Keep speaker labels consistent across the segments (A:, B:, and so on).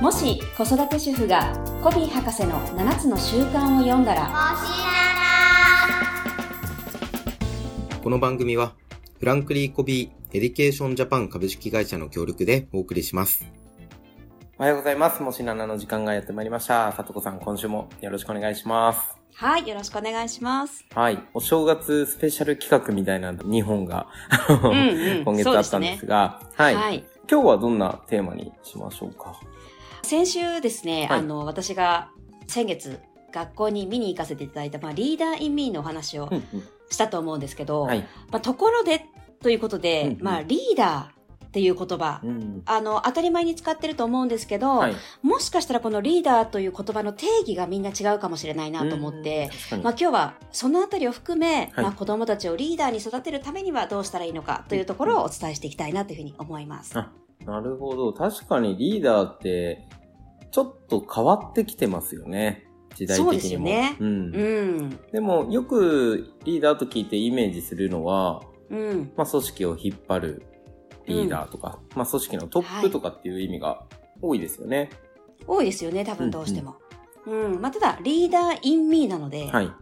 A: もし子育て主婦がコビー博士の7つの習慣を読んだら
B: この番組は、フランクリー・コビー・エディケーション・ジャパン株式会社の協力でお送りします。
C: おはようございます。もしななの時間がやってまいりました。さとこさん、今週もよろしくお願いします。
D: はい、よろしくお願いします。
C: はい。お正月スペシャル企画みたいな2本が、
D: んうん
C: 今月あったんですが、はい、
D: はい。
C: 今日はどんなテーマにしましょうか。
D: 先週ですね、
C: はい
D: あの、私が先月、学校に見に行かせていただいた、まあ、リーダーインミーのお話を
C: うんうん
D: したと思うんですけど、
C: はい。
D: まあ、ところでということで、
C: うんうん
D: まあ、リーダーっていう言葉、
C: うん。
D: あの、当たり前に使ってると思うんですけど、
C: はい。
D: もしかしたらこのリーダーという言葉の定義がみんな違うかもしれないなと思って、
C: う
D: まあ、
C: ん。確か
D: 今日はそのあたりを含め、
C: はい
D: まあ、子供たちをリーダーに育てるためにはどうしたらいいのかというところをお伝えしていきたいなというふうに思います。
C: になるほど。確かにリーダーって、ちょっと変わってきてますよね。時代的にも。
D: そうですよね
C: うん。
D: うん。
C: でも、よくリーダーと聞いてイメージするのは、
D: うん。
C: まあ、組織を引っ張るリーダーとか、まあ、組織のトップとかっていう意味が多いですよね。
D: 多いですよね、多分どうしても。うん。まあ、ただ、リーダーインミーなので、
C: はい。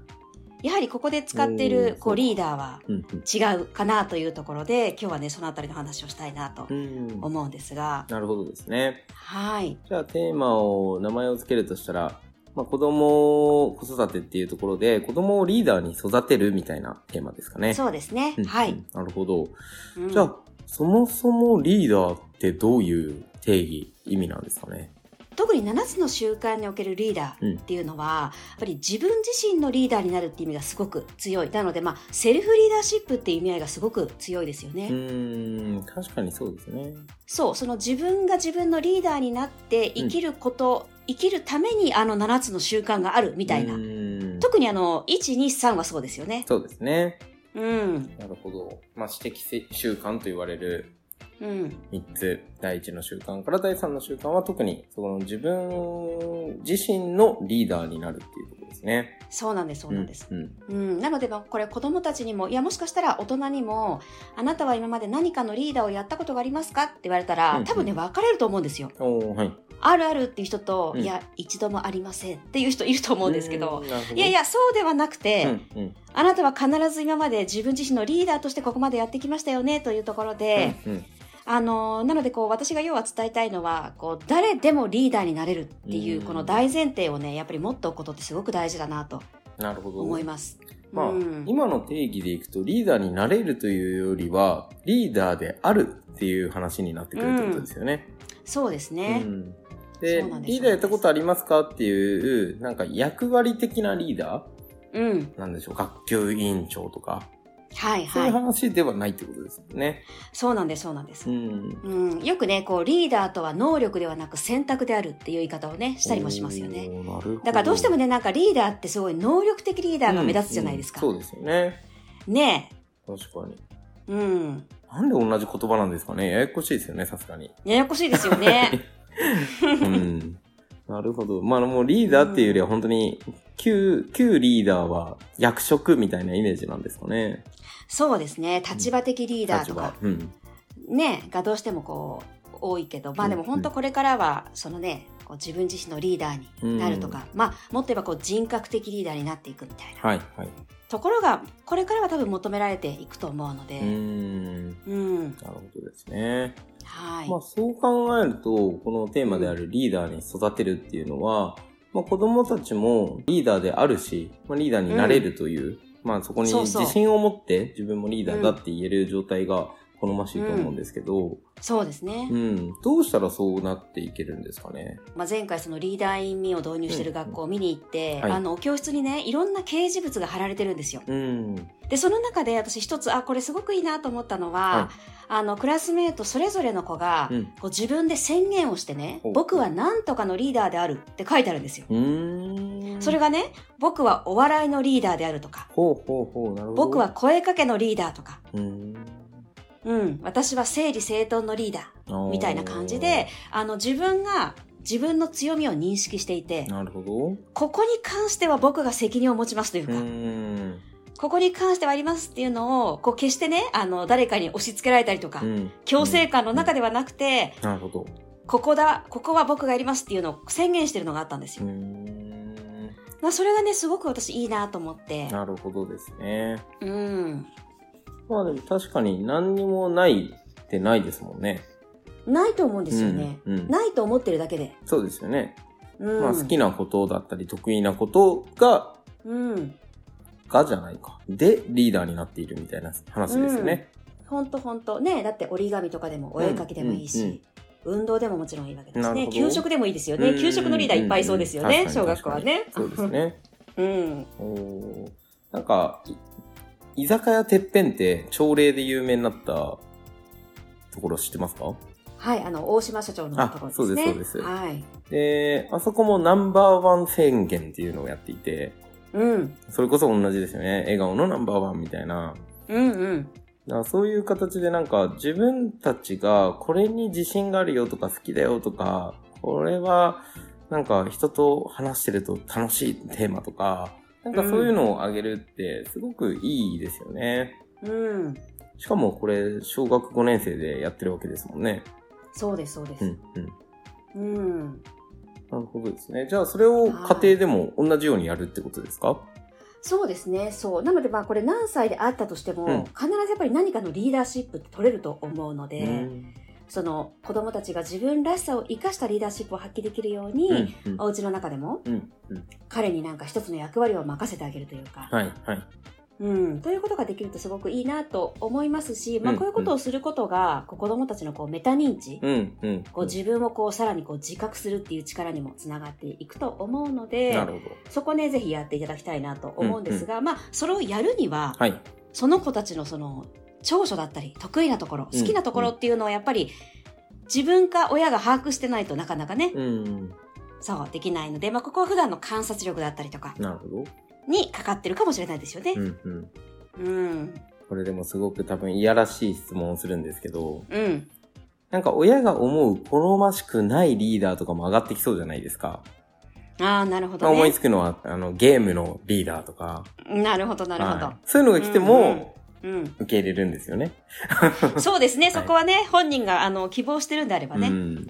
D: やはりここで使ってい
C: おーそう
D: る、
C: か
D: こう、リーダーは
C: うん
D: 違うかなというところで、今日はね、そのあたりの話をしたいなと
C: うんうん、
D: 思うんですが、
C: なるほどですね。
D: はい。
C: じゃあテーマを名前を付けるとしたら、まあ、子供を子育てっていうところで子供をリーダーに育てるみたいなテーマですかね。
D: そうですね
C: うん。
D: は
C: う
D: い。
C: んなるほど。
D: うん
C: じゃあそもそもリーダーってどういう定義意味なんですかね。
D: 特に7つの習慣におけるリーダーっていうのは、やっぱり自分自身のリーダーになるっていう意味がすごく強い。なので、まあ、セルフリーダーシップっていう意味合いがすごく強いですよね。
C: うーん確かにそうですね。
D: そう、その自分が自分のリーダーになって生きること、生きるためにあの7つの習慣があるみたいな。
C: うーん
D: 特にあの、1、2、3はそうですよね。
C: そうですね。
D: うん。
C: なるほど。まあ、私的せ習慣と言われる
D: うん。
C: 3つ。第1の習慣から第3の習慣は特に、その自分自身のリーダーになるっていうところですね。
D: そうなんです、そうなんです。
C: うん。
D: うん。なので、まあこれ子供たちにも、いや、もしかしたら大人にも、あなたは今まで何かのリーダーをやったことがありますかって言われた
C: う
D: ら
C: ん、
D: 多分ね、分かれると思うんですよ。
C: うんおーはい。
D: あるあるっていう人と、
C: うん
D: いや、一度もありませんっていう人いると思うんですけど、
C: うーん。なるほど
D: いやい、や、そうではなくて、
C: うんうん
D: あなたは必ず今まで自分自身のリーダーとしてここまでやってきましたよねというところで、
C: うんうん
D: あの、なのでこう私が要は伝えたいのは、こう誰でもリーダーになれるっていううんこの大前提をね、やっぱり持っておくことってすごく大事だなと
C: なるほど。
D: 思います。
C: まあ、
D: うん
C: 今の定義でいくと、リーダーになれるというよりは、リーダーであるっていう話になってくるってことですよね。
D: そうですね
C: う。んで
D: そうなんです
C: リーダーやったことありますかっていう、なんか役割的なリーダー
D: うん。
C: なんでしょう、学級委員長とか、
D: はい
C: そう
D: は
C: いう
D: い。
C: 話ではないってことですよね。
D: そうなんです、そうなんです。
C: ん。
D: うん、よくね、こう、リーダーとは能力ではなく選択であるっていう言い方をね、したりもしますよね。
C: おー。なるほ
D: だからどうしてもね、なんかリーダーってすごい能力的リーダーが目立つじゃないですか。
C: うんうんそうですよね。
D: ね
C: 確かに。
D: え。うん。
C: なんで同じ言葉なんですかねややこしいですよね、さすがに。
D: ややこしいですよ ね。
C: うん。なるほど。まあ、もうリーダーっていうよりは本当に、旧、旧リーダーは役職みたいなイメージなんですかね。
D: そうですね立場的リーダーと
C: 場
D: か、。
C: うん。
D: ねがどうしてもこう多いけどまあでも本当これからはそのねこう自分自身のリーダーになるとか、まあもっと言えばこう人格的リーダーになっていくみたいな
C: はい、はい。
D: ところがこれからは多分求められていくと思うの
C: うー
D: で、
C: ん。なる
D: うん
C: ほどですね。
D: はい、
C: まあ、そう考えると、このテーマであるリーダーに育てるっていうのは、まあ、子供たちもリーダーであるし、まあ、リーダーになれるという、まあ、そこに
D: そうそう
C: 自信を持って自分もリーダーだって言える状態が好ましいと思うんですけど、
D: そうですね、
C: うん、どうしたらそうなっていけるんですかね。
D: まあ、前回そのリーダーインミーを導入してる学校を見に行って、
C: はい
D: あの教室にねいろんな掲示物が貼られてるんですよ
C: うん。
D: でその中で私一つあこれすごくいいなと思ったのは、
C: はい
D: あのクラスメートそれぞれの子が、
C: うん。
D: こう自分で宣言をしてね
C: ほう、
D: 僕は何とかのリーダーであるって書いてあるんですよ。
C: うーん。
D: それ
C: が、
D: がね、僕はお笑いのリーダーであるとか、
C: ほうほうほう、なるほど。
D: 僕は、声かけのリーダーとか、
C: うん。
D: うん、私は整理整頓のリーダ
C: あー
D: ーみたいな感じで、、あの自分が自分の強みを認識していて、
C: なるほど。
D: ここに関しては僕が責任を持ちますという
C: う
D: か、
C: ん。
D: ここに関してはありますっていうのを、こう決してね、あの誰かに押し付けられたりとか
C: う、ん
D: 強制感の中ではなくて、
C: なるほど。
D: ここだ、ここは僕がやりますっていうのを宣言してるのがあったんです
C: うー
D: よ。
C: ん。
D: まあそれがね、すごく私いいなと思って。
C: なるほどですね。
D: うん。
C: まあでも確かに何にもないってないですもんね。
D: ないと思うんですよね。
C: うんうん
D: ないと思ってるだけで。
C: そうですよね。
D: うん。
C: まあ好きなことだったり得意なことが、
D: うん。
C: がじゃないか。で、リーダーになっているみたいな話ですよね。
D: ほんとほんと。ねだって折り紙とかでもお絵かきでもいいし、
C: うんうん
D: 運動でももちろんいいわけで
C: な
D: す
C: る
D: ね。
C: ほど
D: 給食でもいいですよ
C: う
D: ね。
C: ん
D: 給食のリーダーいっぱいいそうですよ
C: うん
D: ね。
C: うん
D: 小学校はね。
C: そうですね。
D: うん。
C: おーなんか、い居酒屋てっぺんって朝礼で有名になったところ知ってますか
D: はい、あの、大島社長のところですね。
C: あそうですそうです
D: はい。
C: で、あそこもナンバーワン宣言っていうのをやっていて、
D: うん。
C: それこそ同じですよね。笑顔のナンバーワンみたいな。
D: うんうん。
C: だからそういう形でなんか自分たちがこれに自信があるよとか好きだよとか、これはなんか人と話してると楽しいテーマとか、なんかそういうのをあげるってすごくいいですよね。
D: うん。
C: しかもこれ小学5年生でやってるわけですもんね。
D: そうです、そうで
C: う
D: す。
C: んうん。
D: うん。
C: なるほどですね。じゃあそれを家庭でも同じようにやるってことですか
D: そうですね、そう。なので、まあ、これ何歳であったとしても、
C: うん
D: 必ずやっぱり何かのリーダーシップって取れると思うので、
C: うん
D: その、子供たちが自分らしさを生かしたリーダーシップを発揮できるように、
C: うんうん
D: お家の中でも
C: うんうん。
D: 彼になんか一つの役割を任せてあげるというか、
C: はいはい。
D: うん、ということができるとすごくいいなと思いますし、まあ、
C: うん
D: こういうことをすることが、こう子供たちのこうメタ認知、
C: うんうん。
D: こう自分をこうさらにこう自覚するっていう力にもつながっていくと思うので、
C: なるほど。
D: そこね、ぜひやっていただきたいなと思うんですが、まあ、それをやるには、
C: はい。
D: その子たちのその、長所だったり、得意なところ、
C: うん
D: 好きなところっていうのはやっぱり、自分か親が把握してないとなかなかね、
C: うん。
D: そう、できないので、まあ、ここは普段の観察力だったりとか
C: なるほど。
D: にかかってるかもしれないですよね
C: う。んうん。
D: うん。
C: これでもすごく多分いやらしい質問をするんですけど、
D: うん。
C: なんか親が思う好ましくないリーダーとかも上がってきそうじゃないですか。
D: ああ、なるほ
C: ま
D: ど
C: あ思い
D: ね。
C: つくのは、あの、ゲームのリーダーとか。
D: なるほど、なるほど。
C: はいそういうのが来ても、
D: うん。
C: 受け入れるんですよね。
D: そうですね、
C: い
D: そこはね、本人が、あの、希望してるんであれば
C: う
D: ね。
C: ん。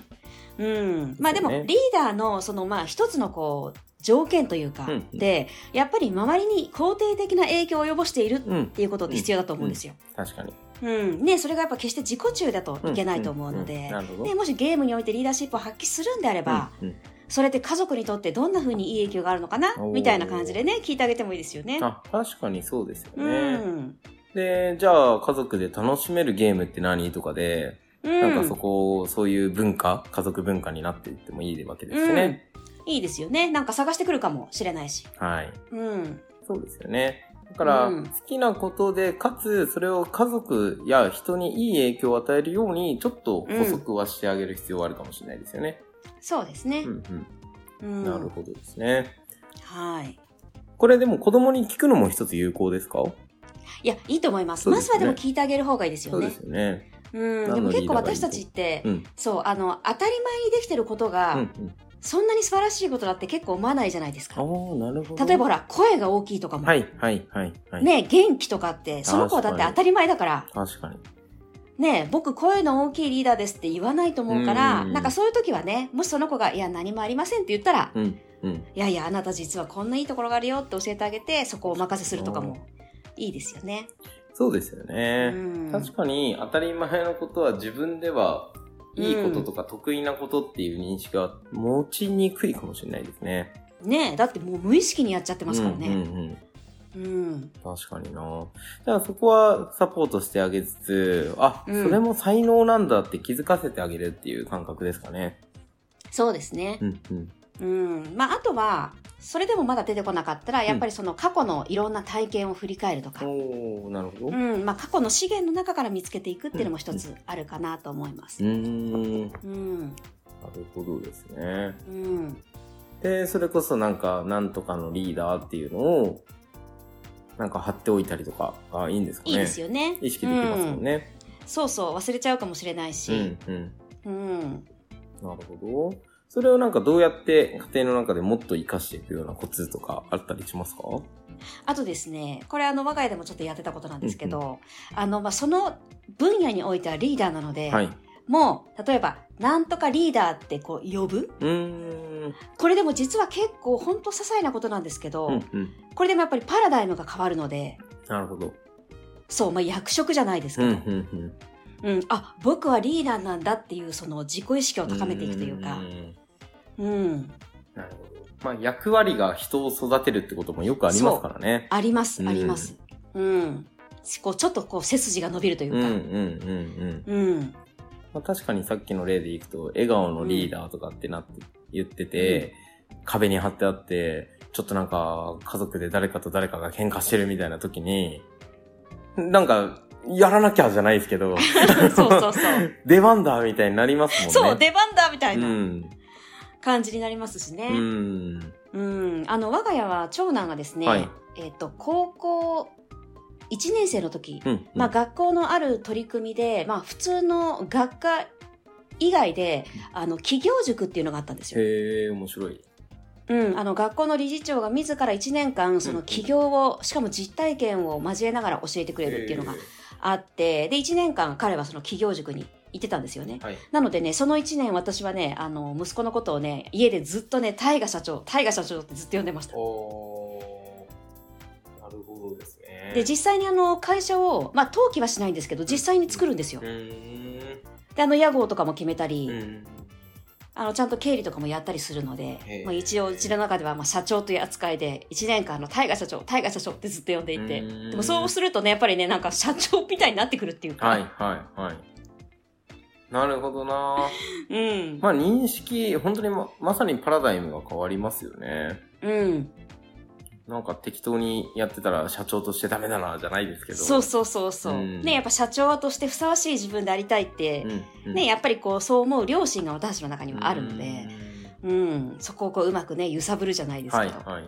D: うん。まあでも、
C: そう
D: リ
C: ね
D: ーダーの、その、まあ、一つの、こう、条件というか
C: うん、うん
D: で、やっぱり周りに肯定的な影響を及ぼしているっ
C: うん。
D: ていうことって必要だと思うんですよ。
C: 確かに。
D: うん。ね、それがやっぱ決して自己中だといけないと思うの
C: んん
D: で
C: な、るほど。
D: ね、もしゲームにおいてリーダーシップを発揮するんであれば、
C: うんうん
D: それって家族にとってどんな風にいい影響があるのかな
C: おー
D: みたいな感じでね、聞いてあげてもいいですよね。
C: あ、確かにそうですよ
D: う
C: ね。
D: ん。
C: で、じゃあ家族で楽しめるゲームって何とかで、
D: うん
C: なんかそこ、そういう文化、家族文化になっていってもいいわけですしね。
D: いいですよね。なんか探してくるかもしれないし。
C: はい。
D: うん。
C: そうですよね。だから、
D: うん
C: 好きなことで、かつ、それを家族や人にいい影響を与えるように、ちょっと補足はしてあげる必要はあるかもしれないですよね。
D: そうですね
C: う。んうん。
D: うん。
C: なるほどですね。
D: はい。
C: これでも子供に聞くのも一つ有効ですか
D: いや、いいと思います。
C: そう
D: ま
C: で
D: ず
C: すね
D: はでも聞いてあげる方がいいですよ
C: そうで
D: ね
C: す。よね。
D: うん。で
C: 何の
D: も
C: リー
D: 結
C: ダ
D: 構
C: ーがいい
D: 私
C: と
D: たちって
C: う、ん。
D: そう、あの、当たり前にできてること
C: うんう
D: が、
C: ん。
D: そんなに素晴らしいことだって結構思わないじゃないです
C: あ
D: か。
C: あ、なるほど。
D: 例えばほ。ら、声が大きいとかも
C: は。い、はい、はい、はい。。
D: ね元気とかって、その子はだって当たり前だから、
C: 確かに。
D: ね僕声の大きいリーダーですって言わないと思うから、
C: うん
D: なんかそういう時はね、もしその子が、いや、何もありませんって言ったら、
C: うん、うん。
D: いやいや、あなた実はこんないいところがあるよって教えてあげて、そこをお任せするとかもいいですよね。
C: そうですよ
D: う
C: ね。
D: ん、
C: 確かに当たり前のことは自分ではいいこととか得意なことっていう認識は持ちにくいかもしれないですね。
D: ねえだってもう無意識にやっちゃってますから
C: うん
D: ね。
C: うんうん
D: うん
C: 確かにな。だからそこはサポートしてあげつつ、あ、
D: うん
C: それも才能なんだって気づかせてあげるっていう感覚ですかね。
D: そうですね
C: う。んうん。
D: うん。まあ、あとは、それでもまだ出てこなかったら、やっぱりその過去のいろんな体験を振り返るとか、
C: おー、なるほ
D: う
C: ど。
D: ん。まあ、過去の資源の中から見つけていくっていうのも一つあるかなと思いま
C: う
D: す。
C: ーん、な
D: うん。
C: るほどですね。
D: うん。
C: で、それこそなんか、なんとかのリーダーっていうのを、なんか貼っておいたりとかがいいんですかね。
D: いいですよね。
C: 意識できますもん
D: うん。
C: ね。
D: そうそう、忘れちゃうかもしれないし。
C: うん、
D: う
C: うん。
D: ん。
C: なるほど。それをなんかどうやって家庭の中でもっと活かしていくようなコツとかあったりしますか
D: あとですね、これあの我が家でもちょっとやってたことなんですけど、あの、まあ、その分野においてはリーダーなので、
C: はい。
D: もう、例えば、なんとかリーダーってこう呼ぶ
C: うーん。
D: これでも実は結構ほんと些細なことなんですけど、
C: うんうん。
D: これでもやっぱりパラダイムが変わるので、
C: なるほど。
D: そう、まあ役職じゃないです
C: う
D: け
C: ん
D: ど、
C: う
D: うん、
C: んうん。
D: あ、僕はリーダーなんだっていうその自己意識を高めていくというか
C: ー、ん
D: うん、
C: なるほど。まあ、役割が人を育てるってこともよくありますからね。
D: ありま
C: う
D: す、
C: ん
D: あります。うん。こうちょっとこう背筋が伸びるという
C: うんうんうん
D: か、
C: うん。
D: うん、
C: まあ、確かにさっきの例でいくと、笑顔のリーダーとかってなって言ってて、壁に貼ってあって、ちょっとなんか家族で誰かと誰かが喧嘩してるみたいな時に、なんか、やらなきゃじゃないですけど、
D: そう そうそう。
C: 出番だみたいになりますもんね。
D: そう、出番だみた
C: う。
D: いなん感じになりますしね。
C: うん。
D: うん、あの我が家は長男がですね、
C: はい
D: えっ、と高校1年生の時、
C: うん。
D: まあ学校のある取り組みで、まあ普通の学科以外で、あの企業塾っていうのがあったんですよ。
C: へえ、面白い。
D: うん、あの学校の理事長が自ら1年間その起業を、しかも実体験を交えながら教えてくれるっていうのがあって、で1年間彼はその起業塾に行ってたんですよね。
C: はい。
D: なのでね、その1年私はね、あの息子のことをね、家でずっとね、大河社長、大河社長ってずっと呼んでました。
C: おなるほどですね
D: で実際にあの会社を、まあ、登記はしないんですけど実際に作るんですよ。
C: うん。
D: であの屋号とかも決めたり、
C: うん。
D: あのちゃんと経理とかもやったりするので
C: へえ、
D: まあ、一応うちの中ではまあ社長という扱いで1年間あの大河社長大河社長ってずっと呼んでいて
C: うん
D: でもそうするとねやっぱりねなんか社長みたいになってくるっていうか、
C: はいはいはい。なるほどな。
D: うん
C: まあ認識、本当にままさにパラダイムが変わりますよね。
D: うん、
C: なんか適当にやってたら社長としてダメだな、じゃないですけど。
D: そうそうそうそう、
C: うん
D: ねやっぱ社長としてふさわしい自分でありたいって、
C: んうん
D: ねやっぱりこうそう思う両親が私たちの中にはあるので、うんそこをこううまくね揺さぶるじゃないです
C: は
D: け
C: い
D: ど、
C: はい。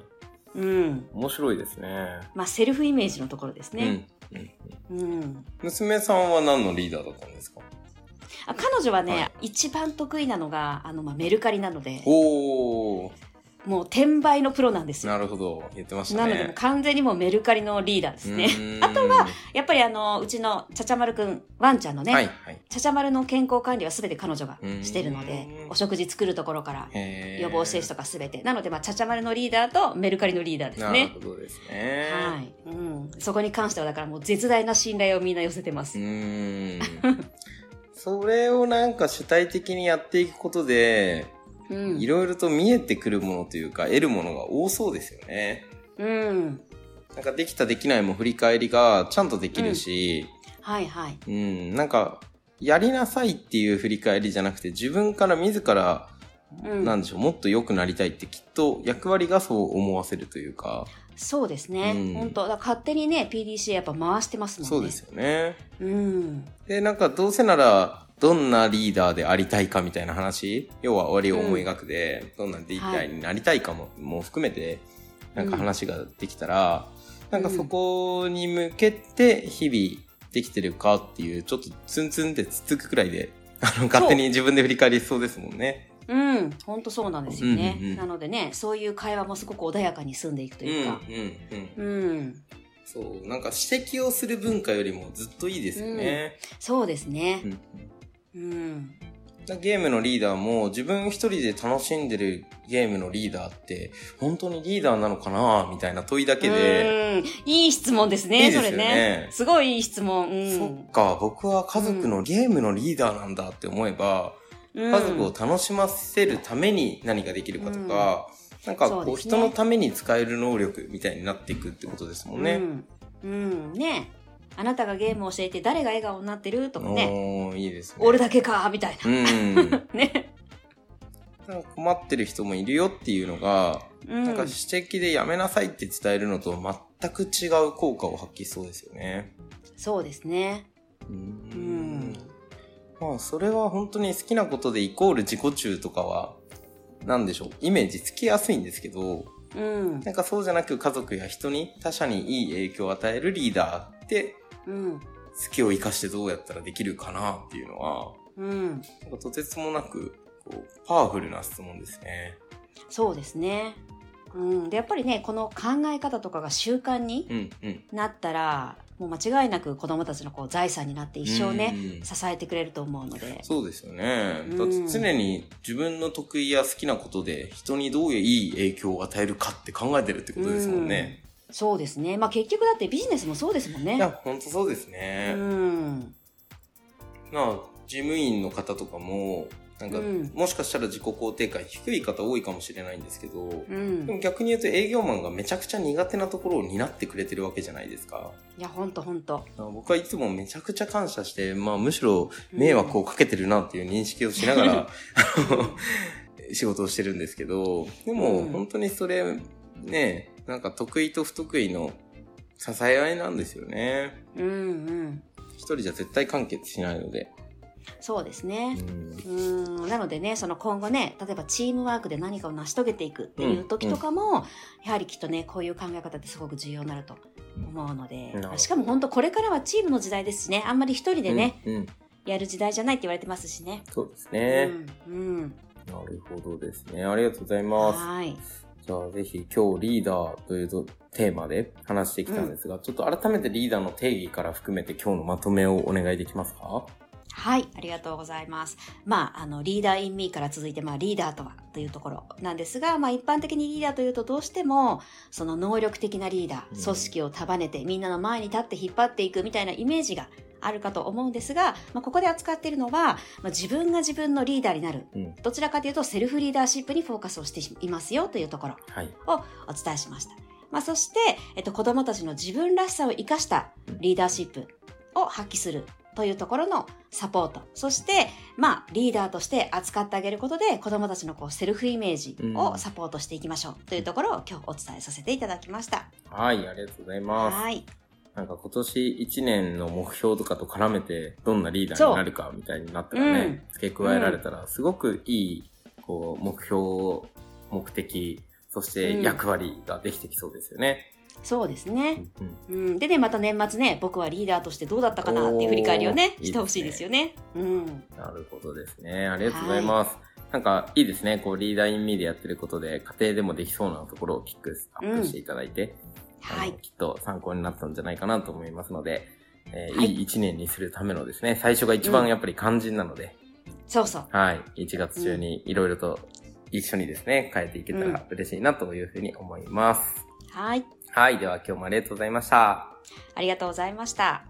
D: うん
C: 面白いですね。
D: まあ、セルフイメージのところですね。
C: うんうん
D: うん
C: 娘さんは何のリーダーだったんですか
D: あ彼女はね、
C: はい
D: 一番得意なのがあの、まあ、メルカリなので
C: おー、
D: もう転売のプロなんですよ。
C: なるほど。言ってました
D: なの
C: ね。
D: でもう完全にもうメルカリのリーダーですね。
C: あとは、
D: やっぱりあのうちのちゃちゃまるくんワンちゃんのね、
C: はいはい。
D: ちゃちゃまるの健康管理は全て彼女が
C: うん
D: してるのでお食事作るところから
C: 予
D: 予防接種とか全てなので、まあ、ちゃちゃまるのリーダーとメルカリのリーダーです
C: なる
D: ね。
C: ほどですね。
D: はいうん、そこに関してはだからもう絶大な信頼をみんな寄せてま
C: う
D: す。
C: ー ん。それをなんか主体的にやっていくことで、
D: うん
C: いろいろと見えてくるものというか、得るものが多そうですよね。
D: うん、
C: なんかできたできないも振り返りがちゃんとできるし、
D: はいはい
C: うん、なんか、やりなさいっていう振り返りじゃなくて、自分から自ら、
D: うん
C: なんでしょう、もっと良くなりたいってきっと役割がそう思わせるというか、
D: そうですね。
C: うん
D: 本当だから勝手にね、PDCA やっぱ回してますもんね。
C: そうです。よね。
D: うん。
C: で、なんかどうせなら、どんなリーダーでありたいかみたいな話、要は割を思い描くで、どんなリーダーになりたいかも、も含めて、なんか話ができたら、なんかそこに向けて日々できてるかっていう、ちょっとツンツンってつっつくくらいで、あの、勝手に自分で振り返りしそうですもんね。
D: うん。本当そうなんですよね。
C: うんうん
D: なのでね、そういう会話もすごく穏やかに進んでいくと
C: うん、う
D: い
C: ん
D: うか。、
C: うん。
D: うん。
C: そう、なんか指摘をする文化よりもずっといいですよね。
D: そうですねう
C: う。ん
D: ん。
C: ゲームのリーダーも自分一人で楽しんでるゲームのリーダーって本当にリーダーなのかなみたいな問いだけで、
D: うん。いい質問ですね、
C: いいです
D: そ
C: よね
D: れね。すごいいい質問。う
C: そ
D: ん
C: っ。か、僕は家族のゲームのリーダーなんだって思えば、
D: 家
C: 家族を楽しませるために何ができるかとか、なんか
D: そう
C: こう
D: ですね
C: 人のために使える能力みたいになっていくってことですもんね。
D: うん。うん。ね。あなたがゲームを教えて誰が笑顔になってるとかね。
C: おーいいですね。
D: 俺だけか、みたい
C: うん。
D: な。ね。
C: なんか困ってる人もいるよっていうのが、
D: うん。
C: なんか指摘でやめなさいって伝えるのと全く違う効果を発揮しそうですよね。
D: そうですね。
C: う
D: うんん。
C: まあそれは本当に好きなことでイコール自己中とかは、なんでしょう、イメージつきやすいんですけど、
D: うん。
C: なんかそうじゃなく家族や人に他者にいい影響を与えるリーダーって、
D: うん。
C: 好きを生かしてどうやったらできるかなっていうのは、
D: うん。
C: なんかとてつもなく、こう、パワフルな質問ですね。
D: そうですね。うん、でやっぱりねこの考え方とかが習慣に
C: うんうん。
D: なったらもう間違いなく子どもたちのこう財産になって一生ね、
C: うん
D: 支えてくれると思うので
C: そうですよね。
D: うん
C: だって常に自分の得意や好きなことで人にどういういい影響を与えるかって考えてるってことですもんね。
D: そうですねまあ結局だってビジネスもそうですもん
C: い
D: ね
C: や、ほんとそうです
D: う
C: ね。
D: ん
C: なあ、事務員の方とかも、なんか、
D: うん
C: もしかしたら自己肯定感低い方多いかもしれないんですけど、
D: う
C: で
D: ん
C: も逆に言うと営業マンがめちゃくちゃ苦手なところを担ってくれてるわけじゃないですか。
D: いやほんとほんと
C: あ僕はいつもめちゃくちゃ感謝して、まあむしろ迷惑をかけてるなっていう認識をしながら、あの 仕事をしてるんですけど、でも
D: うん
C: 本当にそれ、ね、なんか得意と不得意の支え合いなんですよね。
D: うんうん
C: 一人じゃ絶対完結しないので。
D: そうですねうんなのでねその今後ね例えばチームワークで何かを成し遂げていくっていう時とかも、やはりきっとねこういう考え方ってすごく重要になると思うので
C: なるほど
D: しかも本当これからはチームの時代ですしねあんまり一人でね、
C: うん。うん
D: やる時代じゃないって言われてますしね。
C: そうですね、
D: うんうん、
C: なるほどですね。ありがとうございます。
D: はーい
C: じゃあぜひ今日リーダーというとテーマで話してきたんですが、ちょっと改めてリーダーの定義から含めて今日のまとめをお願いできますか
D: はい、ありがとうございます。まあ、あの、リーダーインミーから続いて、まあ、リーダーとはというところなんですが、まあ、一般的にリーダーというと、どうしても、その能力的なリーダ
C: うん
D: ー、組織を束ねて、みんなの前に立って引っ張っていくみたいなイメージがあるかと思うんですが、まあ、ここで扱っているのは、まあ、自分が自分のリーダーになる、
C: うん
D: どちらかというと、セルフリーダーシップにフォーカスをしていますよというところ。
C: はい。
D: お伝えしました。まあ、そして、えっと、子供たちの自分らしさを生かしたリーダーシップを発揮するというところのサポート。そして、まあ、リーダーとして扱ってあげることで、子供たちのこう、セルフイメージをサポートしていきましょうというところを今日お伝えさせていただきました。
C: はい、ありがとうございます。
D: はい。
C: なんか今年1年の目標とかと絡めて、どんなリーダーになるかみたいになったらね、付け加えられたら、すごくいい、こう、目標、目的、そして役割ができてきそうですよね。
D: そうです
C: う
D: ね。
C: んうん
D: うん。でね、また年末ね、僕はリーダーとしてどうだったかなっていう振り返りをね、
C: おー
D: してほしいですよね。うん。
C: なるほどですね。ありがとうございます。なんか、いいですね。こう、リーダーインミーでやってることで、家庭でもできそうなところをキックアップしていただいて、あの
D: はい。
C: きっと参考になったんじゃないかなと思いますので、えー
D: はい
C: いい一年にするためのですね、最初が一番やっぱり肝心なので、
D: そうそう。
C: はい、1月中にいろいろと一緒にですね、変えていけたら嬉しいなというふうに思います。
D: はい。
C: はい、では今日もありがとうございました。
D: ありがとうございました。